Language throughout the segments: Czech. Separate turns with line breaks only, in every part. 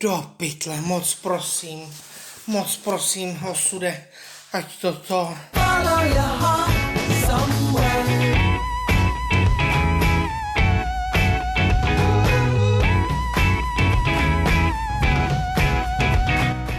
Do pytle, moc prosím, moc prosím, osude, ať toto...
Follow your heart somewhere.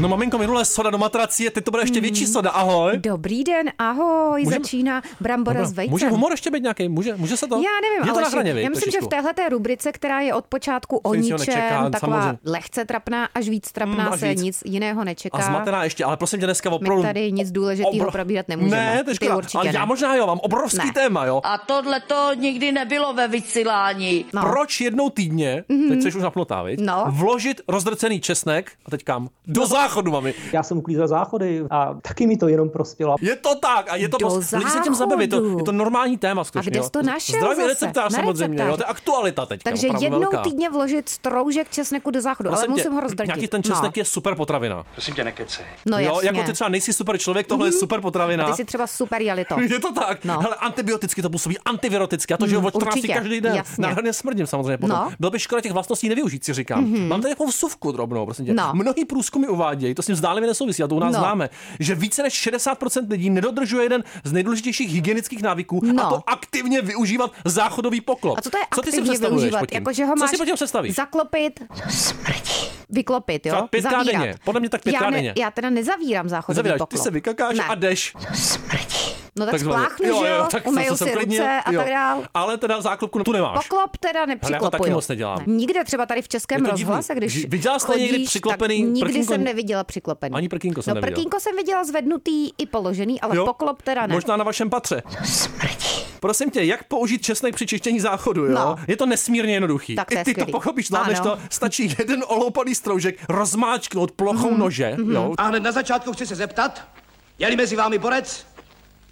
No maminko, minule soda do matracie, teď to bude ještě
Hmm.
větší soda, ahoj.
Dobrý den, ahoj,
Můžem-
můžem... začíná brambora
Dobrá.
s vejcem.
Může humor ještě být nějaký? Může, může se to?
Já nevím,
je to na
Aleši,
hraně, vy,
já myslím, že
trošičku.
v téhle té rubrice, která je od počátku o
Se nic jiného
ničem,
nečeká,
taková
samozřejmě.
lehce trapná až víc trapná,
Mm, až
se
víc.
nic jiného nečeká.
A zmatená ještě, ale prosím tě dneska
My
opravdu...
tady nic důležitého
obro-
probírat nemůžeme.
Ne, to je
Ty
škoda,
určitě
ale
ne.
já možná jo, mám obrovský
Ne.
téma, jo.
A tohle to nikdy nebylo ve vysílání.
No. Mhm.
Proč jednou týdně, teď jsi už napnutá, viď?
No.
Vložit rozdrcený česnek, a teď kam? Do záchodu, mami.
Já jsem uklízel záchody a taky mi to jenom prospělo.
Je to tak a je to
Do
prostě, lidi se tím
záchodu.
zabaví, to, je to normální téma skutečně.
kde
jo.
jsi to našel
Zdravý
zase?
receptář
Na
samozřejmě,
receptář.
jo, to je aktualita teď.
Takže jednou týdně vložit stroužek česneku do záchodu, ale musím ho rozdrtit.
No Nějaký ten česnek je super potravina.
Prosím tě, nekecej.
no, no
jo,
jasně. Mhm.
jako ty třeba nejsi super člověk, tohle je super potravina.
A ty jsi třeba super jelito.
Je to tak. No.
No.
Hele, antibioticky to působí antiviroticky. A to, že
Mm,
mm, od 14
určitě,
každý den.
jasně.
Nádherně smrdím samozřejmě potom. No.
No. Mhm.
Byl by škoda těch vlastností nevyužít, si říkám. Mm-hmm. Mám tady takovou vsuvku drobnou, prosím tě.
No.
Mnohý průzkumy uvádějí, to s tím zdálivě nesouvisí, a to u nás no.
No.
známe, že více než 60% lidí nedodržuje jeden z nejdůležitějších hygienických návyků a
No.
to aktivně využívat záchodový poklop.
A co to je
co ty si
aktivně
představuješ
využívat?
pod tím?
Jako, že ho
co
máš
si po těm představíš?
zaklopit, vyklopit,
Třeba
jo?
pětkrát
Zavírat.
denně. Podle mě tak pětkrát
já, ne,
denně.
já teda nezavíram záchodový
Zavíráš, ty
poklop.
se vykakáš
ne.
a jdeš.
No tak
takzvaně.
spláchnu, že jo,
tak
umeju
se
si
klidně,
ruce a
jo.
tak dál.
Ale teda záklopku tu nemáš.
Poklop teda nepřiklopuju.
taky moc nedělám.
Ne. Nikde třeba tady v Českém
Je to divný.
rozhlase, když
Ži- viděla jsi někdy
chodíš,
přiklopený
tak nikdy
prkínko?
jsem neviděla přiklopený.
Ani prkínko jsem
no,
neviděl.
prkínko jsem viděla zvednutý i položený, ale
Jo.
poklop teda ne.
Možná na vašem patře. Prosím tě, jak použít česnek při čištění záchodu, jo?
No.
Je to nesmírně jednoduchý.
Tak to
I
je
ty to
skvělý.
pochopíš, zvládneš
Ano.
to. Stačí jeden oloupaný stroužek rozmáčknout plochou
Mhm.
nože, jo?
A hned na začátku chci se zeptat, je-li mezi vámi borec,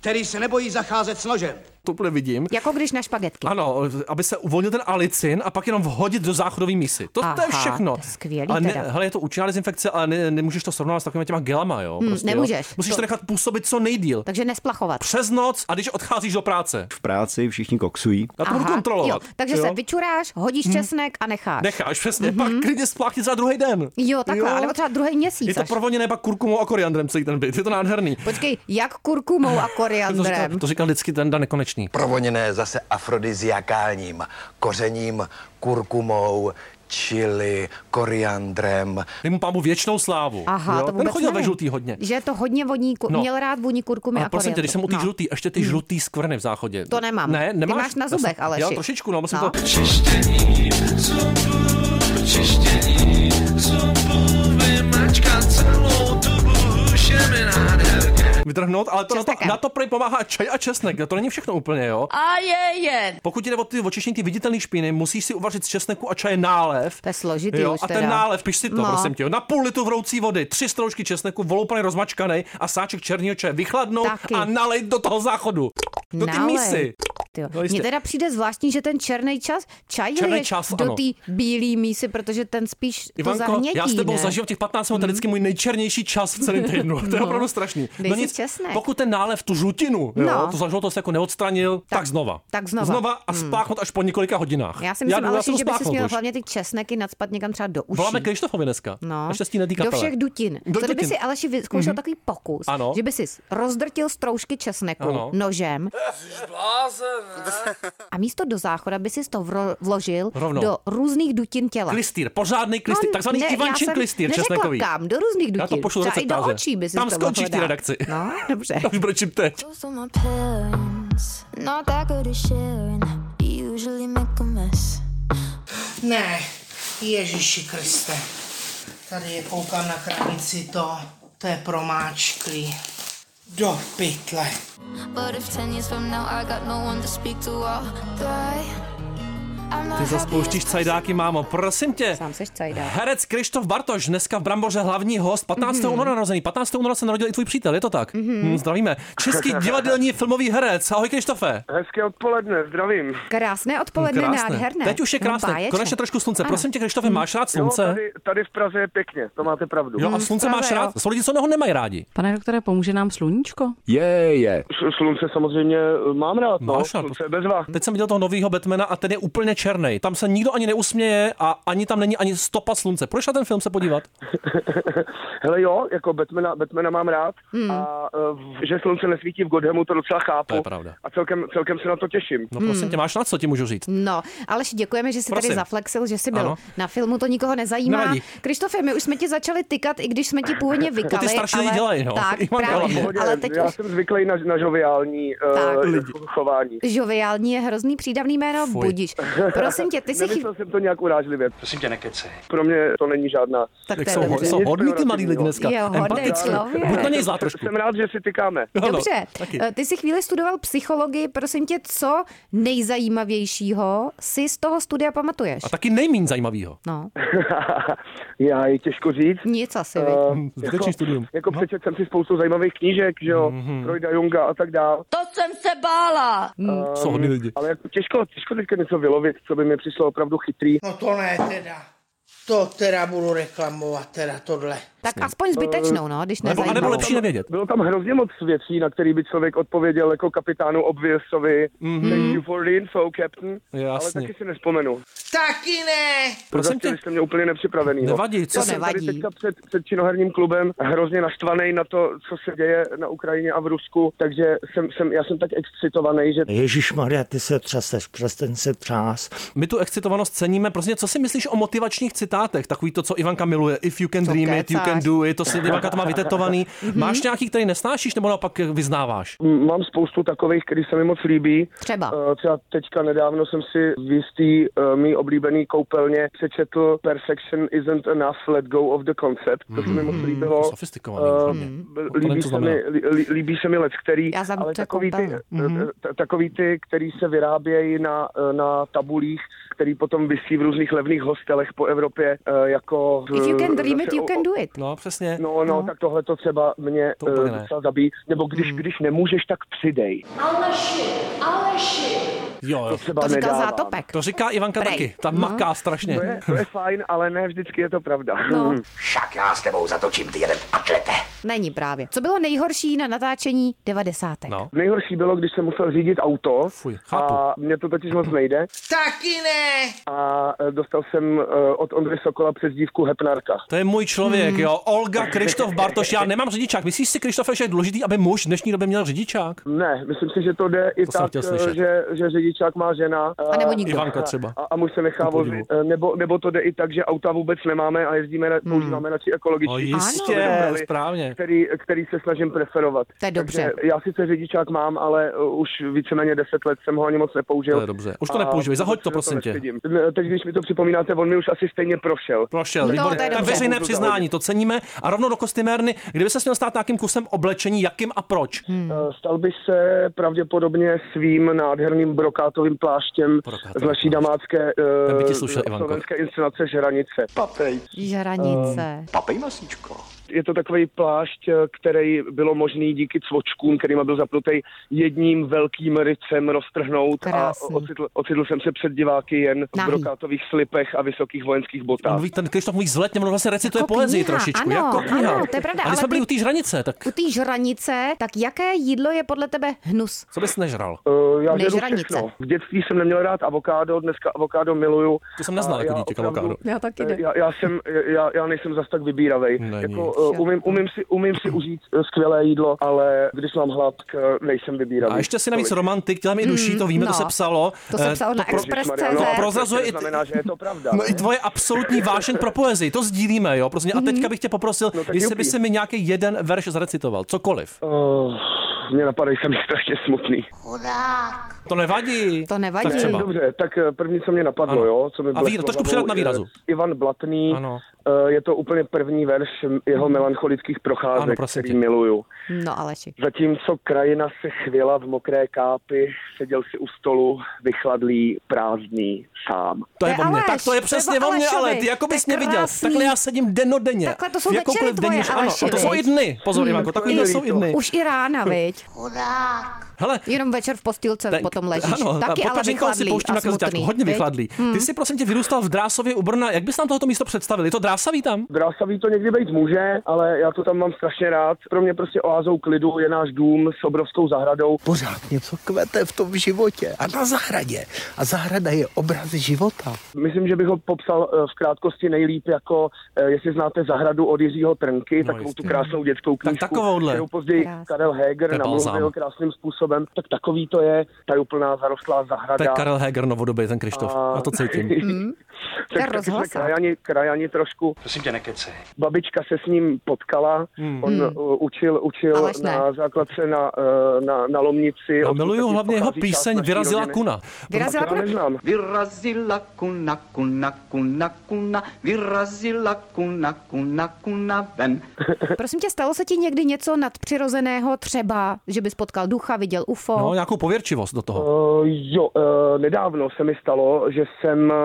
který se nebojí zacházet s nožem.
To úplně vidím.
Jako když na špagetky.
Ano, aby se uvolnil ten alicin a pak jenom vhodit do záchodové mísy. To, to je
Aha,
všechno.
to je skvělý
ale ne,
teda.
hele, je to účinná dezinfekce, ale ne, nemůžeš to srovnávat s takovými těma gelama, jo? Prostě, Jo?
Hm, nemůžeš.
Musíš to...
To-
nechat působit co nejdíl.
Takže nesplachovat.
Přes noc a když odcházíš do práce.
V práci všichni koksují.
Já to budu
Aha,
kontrolovat.
Jo, takže
jo? Hm.
se vyčuráš, hodíš česnek a necháš.
Necháš, přesně, mm-hmm. pak klidně spláchni za druhý den.
Jo, takhle, jo. anebo třeba druhý měsíc.
Je to
až.
provoněné pak kurkumou a koriandrem celý ten byt, je to nádherný.
Počkej, jak kurkumou a
To říkal,
koriandrem?
to říkal vždycky ten Dan Nekonečný.
provoněné zase afrodiziakálním kořením, kurkumou, čili, koriandrem,
Dej mu pámu věčnou slávu.
Aha,
jo?
to vůbec
ten chodil ve
nevím.
žlutý hodně.
Že je to hodně vodní, ku...
No.
no. měl rád vůni kurkumy
Ale
a
prosím tě, když jsem u té
koriandru.
no. žlutý, ještě ty žlutý skvrny v záchodě.
Hmm. To nemám.
Ne,
Ty
nemáš.
máš na
Já jsem-
zubech, Aleši.
Já trošičku, no, musím
No.
to... Vytrhnout, ale to na, to,
Česnekem.
na to prý pomáhá čaj a česnek, to není všechno úplně, jo.
A je jen.
Pokud jde o ty očištění ty viditelné špíny, musíš si uvařit z česneku a čaje nálev.
To je složitý
jo,
už
A ten
teda.
nálev, piš si to, no.
No.
prosím tě, jo, na půl litru vroucí vody, tři stroužky česneku, voloupaný rozmačkanej a sáček černého čaje vychladnout
Taky.
a nalej do toho záchodu. Do ty
Nálej.
mísy.
Tyjo.
No jistě.
Mně teda přijde zvláštní, že ten černý čas, čaj
Černej
černý
čas,
čas,
ano.
do té bílé mísy, protože ten spíš to
Ivanko,
zahnětí,
já s tebou
ne? Hmm.
zažil těch 15 minut, to je vždycky můj nejčernější čas v celém týdnu. To je
No.
opravdu strašný.
Dej si česnek.
pokud ten nálev, tu žlutinu, jo,
No.
to zažil, to se jako neodstranil, tak, tak znova.
tak znova. Hmm.
Znova a spáchnout až po několika hodinách.
Já si myslím,
jdu-
já,
se jdu
Aleši, že by si
spáchnout
měl
už.
hlavně ty česneky nadspat někam třeba do uší.
Voláme Krištofovi dneska.
No,
Naštěstí na té
do
kapele.
všech dutin.
Do
Do Co kdyby
dutin. Mhm.
si Aleši vyzkoušel mm-hmm. takový pokus,
Ano.
že by si rozdrtil stroužky česneku
Ano.
nožem a místo do záchoda by si to vro- vložil
Rovnou.
do různých dutin těla.
Klistýr, pořádný klistýr,
No,
takzvaný
ne, já
Ivančin
jsem
klistýr česnekový.
Neřekla kam, do různých dutin.
Já to pošlu do
Třeba i do
receptáře.
očí by si
Tam
to
skončí
mohlo
ty
dát.
redakci.
No, dobře.
To už brečím teď.
Most of my parents, not that good at sharing. Usually make a mess.
Ne, Ježíši Kriste. Tady je koukám na kranici to, to je promáčklý. Do pytle.
But if 10 years from now I got no one to speak to, I'll die. I'm not
Ty zas
happy
pouštíš
as-
cajdáky, mámo, prosím tě.
Sám seš cajdák.
Herec Krištof Bartoš, dneska v Bramboře hlavní host, 15.
Mhm.
Mm-hmm. února narozený, 15. února se narodil i tvůj přítel, je to tak? Mm-hmm. Hm, zdravíme. Český divadelní filmový herec, ahoj Krištofe.
Hezké odpoledne, zdravím.
Krásné odpoledne,
Krásné.
nádherné.
Teď už je
No,
krásné,
báječné.
konečně trošku slunce.
Ano. Mhm.
Prosím tě, Krištofe, máš rád
Jo,
slunce?
tady, tady v Praze je pěkně, to máte pravdu.
Jo, a slunce
Právě,
máš
Mhm, jo.
rád? Jsou lidi, co ho nemají rádi.
Pane doktore, pomůže nám sluníčko?
je, je.
S- Slunce samozřejmě eh, mám rád, no.
Máš rád.
Slunce je bezva.
Teď jsem viděl toho nového Batmana a ten je úplně černý. Tam se nikdo ani neusměje a ani tam není ani stopa slunce. Proč na ten film se podívat?
Hele jo, jako Batmana, Batmana mám rád
Hmm.
a eh, že slunce nesvítí v Godhemu, to docela chápu.
To je pravda.
A celkem, celkem se na to těším.
No prosím
Hmm.
tě, máš na co ti můžu říct?
No, ale děkujeme, že jsi tady
Prosím.
zaflexil, že jsi byl
Ano.
na filmu, to nikoho nezajímá.
Nevadí.
Krištofe, my už jsme ti začali tykat, i když jsme ti původně vykali.
starší
ale...
lidi dělají, no.
Tak,
Já mám
právě,
problém.
ale teď
já
už
jsem zvyklý na, na žoviální
Tak.
uh, chování.
žoviální je hrozný přídavný jméno,
Fuj.
budíš. Prosím tě, ty jsi chyb...
Nemyslel jsem to nějak urážlivě. Prosím tě, nekecej. Pro mě to není žádná.
Tak
Jak
to je
jsou, ho-
dobře.
jsou
Nic
hodný ty malí
pejorativního.
lidi dneska.
Jo, hodnej
Empatický.
člověk.
Buď na něj zlá trošku.
Jsem rád, že si tykáme.
Ano,
Dobře,
taky.
Eh, ty jsi chvíli studoval psychologii, prosím tě, co nejzajímavějšího si z toho studia pamatuješ?
A taky nejmín zajímavýho.
No,
já je těžko říct.
nic asi,
Eh,
viď?
Zbytečný studium. No. Mhm.
Jako přečet jsem si spoustu zajímavých knížek, že jo, mm-hmm. Freuda, Junga a tak dál.
To jsem se bála.
Jsou hodný lidi.
Ale jako těžko, těžko teďka něco vylovit, co by mi přišlo opravdu chytrý.
No to ne teda. To teda budu reklamovat, teda tohle.
Tak aspoň zbytečnou, no, když
Eh, Nebo, a nebo
nezajímavou.
lepší nevědět.
Bylo tam hrozně moc věcí, na který by člověk odpověděl jako kapitánu Obviousovi. Mm-hmm. Thank you for the info, Captain.
Mhm. Jasně.
Ale taky si nespomenu.
Taky ne!
Prosím tě,
Zastili jste mě úplně nepřipravený. no.
nevadí, co
Já
se-
jsem tady
nevadí.
teďka před, před činoherním klubem hrozně naštvaný na to, co se děje na Ukrajině a v Rusku, takže jsem, jsem, já jsem tak excitovaný, že
Ježíš Maria, ty se třeseš, přestaň se třás.
My tu excitovanost ceníme. Prostě co si myslíš o motivačních citátech? Takový to, co Ivanka miluje. If you can
Co
dream it, you
kecáš? Mhm.
can do it. To si Ivanka to má vytetovaný. Máš nějaký, který nesnášíš, nebo naopak vyznáváš?
m- mám spoustu takových, který se mi moc líbí.
Třeba.
Eh, Třeba teďka nedávno jsem si v jistý eh, mý oblíbený koupelně přečetl Perfection isn't enough, let go of the concept. To se mi
Mm-hmm.
moc líbilo.
Sofistikovaný.
Ehm,
hodně.
b-
To nevím,
líbí,
co
se
znamená.
mi, lí- lí- líbí se mi lec, který,
Já za-
ale
to je
takový ty,
kompel.
Mm-hmm.
t- t- takový ty, který se vyrábějí na, eh, na tabulích, který potom vysí v různých levných hostelech po Evropě, eh, jako...
If you can
eh,
dream it,
zase
you
o-
can do it.
No, přesně.
No, no, tak tohle to třeba mě
To
eh,
úplně ne. Mm.
docela zabíjí. Nebo když, když nemůžeš, tak přidej.
Jo, jo.
Třeba
To říkal
nedávám.
Zátopek.
To říká Ivanka
Prej. No.
taky. Ta maká strašně.
To je, to je fajn, ale ne vždycky je to pravda.
No,
Však já s tebou zatočím, ty jeden atlete.
není právě. Co bylo nejhorší na natáčení devadesátek?
No.
Nejhorší bylo, když jsem musel řídit auto
Fuj, chápu.
a mě to totiž moc nejde
Taky ne!
a eh, dostal jsem eh, od Ondry Sokola přes dívku Hepnárka.
To je můj člověk, jo. Olga, Krištof, Bartoš, já nemám řidičák. Myslíš si, Krištofe, že je důležitý, aby muž v dnešní době měl řidičák?
Ne, myslím si, že to jde i
To jsem
tak,
chtěl
eh,
slyšet.
že, že řidičák má žena.
A nebo
eh,
nikdo.
Ivanka třeba.
A, a muž se nechá
Ku podivu.
vozit. eh, Nebo, nebo to jde i tak, že auta vůbec nemáme a jezdíme, na,
Hmm.
používáme radši
No
ekologický.
jistě,
Ano.
správně.
Který, který se snažím preferovat.
To je dobře.
Takže já sice řidičák mám, ale eh, už víceméně 10 let jsem ho ani moc nepoužil.
To je dobře. Už to
A
nepoužívej, zahoď
vůbec
to,
se
prosím tě.
nestydím. Ne, Teď, když mi to připomínáte, on mi už asi stejně prošel.
Prošel,
No to-
výborně.
to je
Tak
dobře.
veřejné
Můžu
přiznání,
zahodit.
to ceníme. A rovnou do kostymérny, kdyby se měl stát nějakým kusem oblečení, jakým a proč?
Hmm.
Eh, Stal by se pravděpodobně svým nádherným brokátovým pláštěm
Brokátový
z naší
plášť.
damátské
Ten by ti
eh,
slušel, Ivanko.
slovenské inscenace Žranice.
Papej,
Žranice.
Eh.
papej masíčko.
Je to takový plášť, eh, který bylo možný díky cvočkům, kterýma byl zapnutý jedním velkým rycem roztrhnout
Krásný.
a ocitl, ocitl, jsem se před diváky jen v
Nahý.
brokátových slipech a vysokých vojenských
On
botách.
mluví, ten Krištof mluví zletně, on vlastně recituje
Jako
poezii
kniha,
trošičku.
ano,
jako kniha.
ano, to je pravda,
A když
ale
jsme byli
ty-
u té žranice, tak
U té žranice, tak jaké jídlo je podle tebe hnus?
co bys nežral?
Uh, já žeru
Nežranice.
všechno. V dětství jsem neměl rád avokádo, dneska avokádo miluju.
To jsem neznal
A
jako
já
dítě,
opravdu-
avokádo.
Já taky ne.
Eh, Já, já, jsem, já, já nejsem zas tak vybíravej.
Není.
Jako, uh, umím, umím, si, umím si užít eh, skvělé jídlo, ale když mám hlad, k, eh, nejsem vybíravý.
A ještě si navíc
Tolik.
romantik, tělem i duší, to víme, to
no.
se psalo.
To se
Eh,
psalo na
Ježišmarja,
Express.cz.
no,
Prozrazuje
to
i t-
znamená, že je to pravda.
No i tvoje absolutní vášeň pro poezii, to sdílíme, jo. Prostě. A teďka bych tě poprosil,
tak
jestli
jupi.
by si mi nějaký jeden verš zarecitoval, cokoliv.
Uh, mě napadají, jsem strašně smutný.
To nevadí.
To nevadí.
Tak třeba.
Dobře, tak eh, první, co mě napadlo,
No. Ano.
jo? Co mi
A
bleslo
vír- trošku
hlavou,
přidat na
eh,
výrazu.
Ivan Blatný,
Ano.
eh, je to úplně první verš jeho melancholických procházek,
Ano, prosím
který
tě.
miluju.
No Aleši.
Zatímco krajina se chvěla v mokré kápy, seděl si u stolu, vychladlý, prázdný, sám.
To je
To
o
je
mně.
Aleš,
Tak to je
to je
přesně
o
o mně,
Alešovi.
ale ty jako
To je
bys mě viděl.
krásný.
Takhle já sedím denodenně.
Takhle to jsou
V jakoukoliv
večery tvoje, Mm.
denní- Ano,
Aleši,
a to jsou
viď?
i dny. Pozor, Ivanko,
To
takhle
je
to jsou i
líto.
dny.
Už i rána, viď?
Hele,
Jenom večer v postýlce
Tak,
potom ležíš.
Ano,
Taky
a
ale
pojď někoho si
vychladlý
pouštím
a
na kazeťáčku,
smutný,
hodně
viď?
vychladlý.
Mm.
Ty jsi prosím tě vyrůstal v Drásově u Brna, jak bys nám tohoto místo představil? Je to Drásavý tam?
Drásavý to někdy být může, ale já to tam mám strašně rád. Pro mě prostě oázou klidu je náš dům s obrovskou zahradou. Pořád
něco kvete v tom životě a na zahradě. A zahrada je obraz života.
Myslím, že bych ho popsal eh, v krátkosti nejlíp jako, eh, jestli znáte zahradu od Jiřího Trnky, no, takovou tu krásnou dětskou knížku,
takovouhle.
kterou později
Krásný.
Karel
To
Heger
je
namluvil
balzám.
krásným způsobem, tak takový to je, ta úplná zarostlá
To je
zahrada.
Karel Heger novodobý, ten Krištof.
A-
Já to cítím.
Tak taky jsme krajani, krajani trošku. Prosím tě, nekecej. Babička se s ním potkala,
Hmm.
on
Hmm.
uh, učil, učil
Aleš ne.
na základce na, uh, na, na Lomnici.
Já
Odkud
No, miluju
taky
hlavně jeho
pochází část
píseň
naší
Vyrazila
rodiny.
kuna.
Vyrazila kuna? neznám.
Vyrazila kuna, kuna, kuna, kuna, vyrazila kuna, kuna, kuna ven.
Prosím tě, stalo se ti někdy něco nadpřirozeného třeba, že bys potkal ducha, viděl UFO?
No, nějakou pověrčivost do toho.
Uh, jo, uh, nedávno se mi stalo, že jsem uh,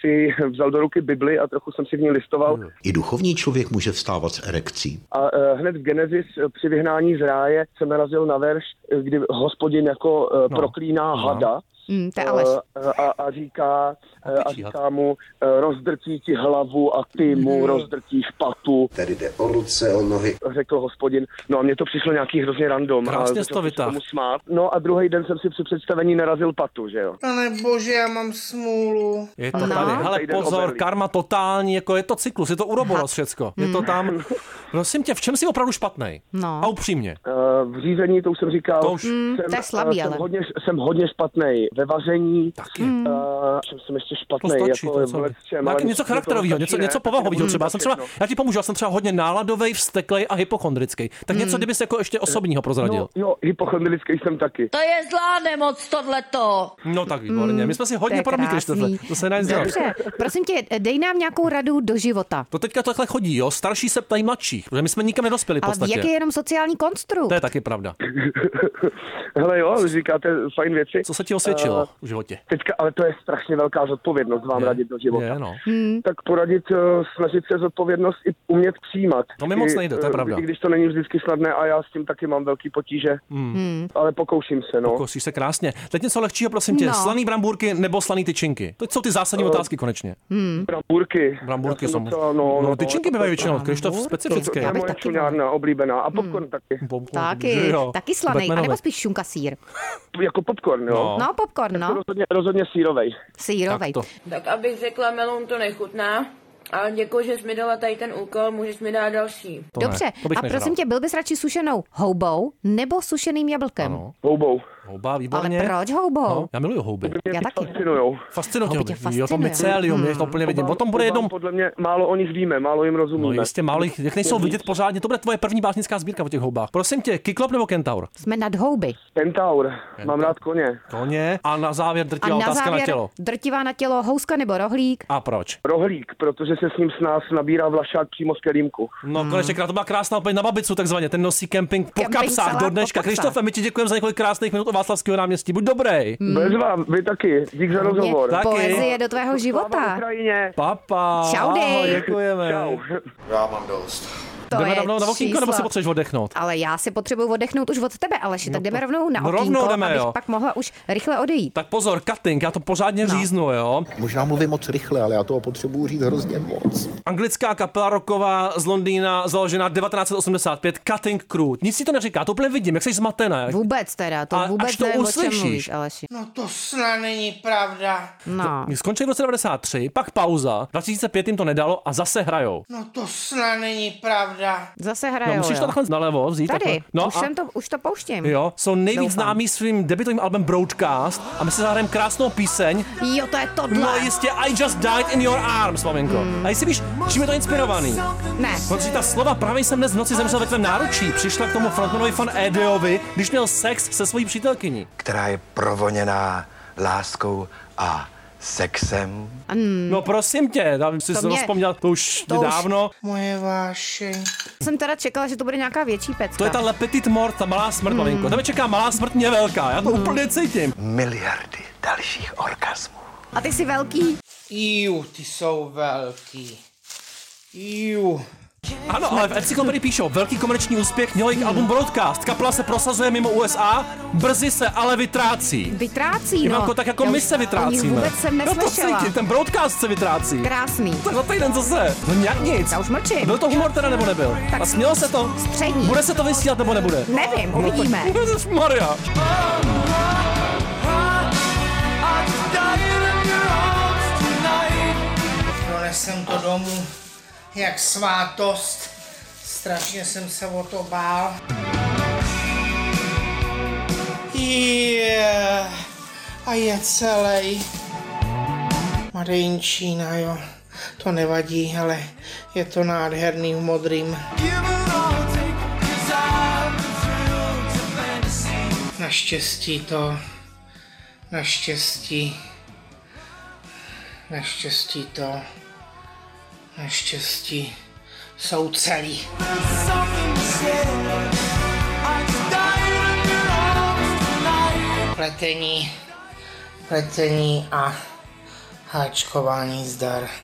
si vzal do ruky Bibli a trochu jsem si v ní listoval.
Hmm.
I duchovní člověk může vstávat s erekcí.
A eh, hned v Genesis eh, při vyhnání z ráje jsem narazil na verš, eh, kdy hospodin jako eh,
No.
proklíná
No.
hada.
Mm, to je
Eh,
Aleš.
eh, a, a, říká, eh, a
Pičí had.
říká mu, eh, rozdrtí ti hlavu a ty mu rozdrtíš patu. Hmm. Tady jde o ruce, o nohy. Řekl hospodin. No a mně to přišlo nějaký hrozně random. a
Krásně
začal
jsi to
jsem se
vytáhl.
tomu smát. No a druhý den jsem si při představení narazil patu, že jo.
Pane No bože, já mám smůlu.
Je to
No.
tady. Hele,
Týden
pozor,
Oberlín.
karma totální, jako je to cyklus, je to uroboros všecko. Je to tam. Prosím tě, v čem jsi opravdu špatnej?
Hmm. No.
A upřímně.
Eh, v řízení, to už jsem říkal,
To už-
Mm, to je slabý,
eh, jsem,
ale.
hodně, jsem hodně špatnej ve vaření, Taky.
Mm.
jsem
Hmm.
ještě
To
špatnej,
stačí,
jako
to
v
co?
lecčem, ale
Nějaký-
myslím, že
něco
to
charakterového, něco,
stačí, ne? Hmm,
něco
Taky no.
povahového.
nebudu
Třeba já jsem třeba,
všechno.
já ti pomůžu, já jsem třeba hodně náladový, vsteklej a hypochondrický. Tak
Hmm.
něco, kdybys jako ještě osobního prozradil.
No, jo, hypochondrický jsem taky.
To je zlá nemoc tohleto.
No tak výborně, my jsme si hodně
Hmm. to je
podobní,
krásný.
Krištofe. To se nedá nic dělat.
Dobře, prosím tě, dej nám nějakou radu do života.
To teďka takhle chodí, jo? Starší se ptají mladších, protože my jsme nikam nedospěli v
Ale
podstatě.
věk je jenom sociální konstrukt.
To je taky pravda.
Hele jo, říkáte fajn věci.
Co se ti osvědčilo
Eh,
v životě?
Teďka, ale to je strašně velká zodpovědnost vám radit do života.
Je, no.
Tak poradit, eh, snažit se zodpovědnost i umět přijímat.
To mi moc
I,
nejde, to je
eh,
pravda.
I když to není vždycky snadné a já s tím taky mám velký potíže,
Hmm.
ale pokouším se, no.
Jako Kosíš se krásně. Teď něco lehčího, prosím tě.
No.
Slaný brambůrky nebo slaný tyčinky? To jsou ty zásadní
Eh,
otázky konečně.
Hmm. Bramburky.
Bramburky
Já jsem
jsou-
docela, No,
no,
no,
tyčinky
no,
bývají
to-
většinou, Krištof, specifické.
To, to
Já
je
bych
moje
taky Hmm.
čuňárna oblíbená a popcorn taky.
Taky, taky slaný, anebo spíš šunka sír.
Jako popcorn, jo?
No, popcorn, no.
Rozhodně, rozhodně sírovej.
Sírovej.
Tak abych řekla, melon to nechutná, ale děkuji, že jsi mi dala tady ten úkol, můžeš mi dát další.
To ne,
Dobře,
to bych
a
nežral.
prosím tě, byl bys radši sušenou houbou nebo sušeným jablkem?
Houbou.
Houba,
Ale
výborně.
proč houbou?
No, já miluju houby.
Já taky.
Fascinujou.
Fascinují
Houby tě
tě. Jo, to
fascinují.
mycelium,
Mm.
je to úplně vidím. O tom bude jednou
Podle mě málo o nich víme, málo jim rozumíme.
No jistě, málo jich, jak nejsou vidět pořádně, to bude tvoje první básnická sbírka o těch houbách. Prosím tě, Kyklop nebo Kentaur?
Jsme nad houby.
Kentaur, mám rád koně.
Koně a na závěr
A
drtivá
na
otázka
závěr
na tělo.
drtivá na tělo houska nebo rohlík.
A proč?
Rohlík, protože se s ním s nás nabírá vlašák přímo z kelímku.
No,
Hmm.
konečně krát, to byla krásná odpověď na babicu, takzvaně. Ten nosí kemping po
Kemping
kapsách
salát
do
po
dneška.
kapsách.
Krištofe, my ti děkujeme za několik krásných minut od Václavského náměstí. Buď dobrý.
Bez vám, vy taky. Dík za rozhovor.
Taky.
Poezie do tvého života.
Papa.
Čau, dej.
Ahoj, děkujeme.
Čau.
Já mám dost.
To
jdeme
je
rovnou na okýnko, nebo
číslo.
si potřebuješ oddechnout?
Ale já si potřebuju oddechnout už od tebe, Aleši, tak jdeme rovnou na
No rovnou
okýnko,
jdeme,
abych
jo.
pak mohla už rychle odejít.
Tak pozor, cutting, já to pořádně no. říznu, jo.
Možná mluvím moc rychle, ale já toho potřebuji říct hrozně moc.
Anglická kapela roková z Londýna, založená 1985, Cutting Crew. Nic si to neříká, to úplně vidím, jak jsi zmatená. jak-
Vůbec teda, to
A- až
vůbec
to
nevím, o
uslyšíš.
čem mluvíš, Aleši.
No to snad není pravda.
No.
Skončili v roce 93, pak pauza, 2005 jim to nedalo a zase hrajou.
No to snad není pravda.
Zase
No,
hrajou,
musíš
jo.
to takhle nalevo vzít.
Tady,
takhle. No,
už,
a-
jsem to, už to pouštím.
Jo, jsou nejvíc
Doufám.
známí svým debitovým albem Broadcast a my si zahrajeme krásnou píseň.
Jo, to je tohle.
No jistě, I just died in your arms, maminko. A jestli víš, čím je to inspirovaný?
Ne.
Protože ta slova právě jsem dnes v noci zemřel ve tvém náručí přišla k tomu frontmanovi fan Edeovi, když měl sex se svojí přítelkyní.
Která je provoněná láskou a sexem.
No prosím tě, tam jsi
To
se
mě-
rozpomněl, to už
to
je
už-
dávno.
Moje vášeň.
Jsem teda čekala, že to bude nějaká větší pecka.
To je ta Le Petit Mort, ta malá smrt, maminko.
Hmm.
Tebe čeká malá smrt, mě velká, já to úplně cítím.
Miliardy dalších orgasmů.
A ty jsi velký.
Iu, ty jsou velký. Iu.
Ano, ale v encyklopedii píšou, velký komerční úspěch měl jejich album Broadcast. Kapela se prosazuje mimo USA, brzy se ale vytrácí.
Vytrácí, no.
Ivanko, tak jako
Já
my
už
se
o nich
vytrácíme.
vůbec jsem
No to
neslyšela.
cítím, ten broadcast se vytrácí.
Krásný.
Tak za týden zase. No nějak nic. Já
už mlčím.
Byl to humor teda nebo nebyl?
Tak
A smělo se No to?
Střední.
Bude se to vysílat nebo nebude?
Nevím,
No tak-
uvidíme.
Maria.
Donesem to domů jak svátost. Strašně jsem se o to bál. Je. A je celý. Madejnčína, jo. To nevadí, ale je to nádherný v modrým. Naštěstí to, naštěstí, naštěstí to, naštěstí jsou celý. Pletení, pletení a háčkování zdar.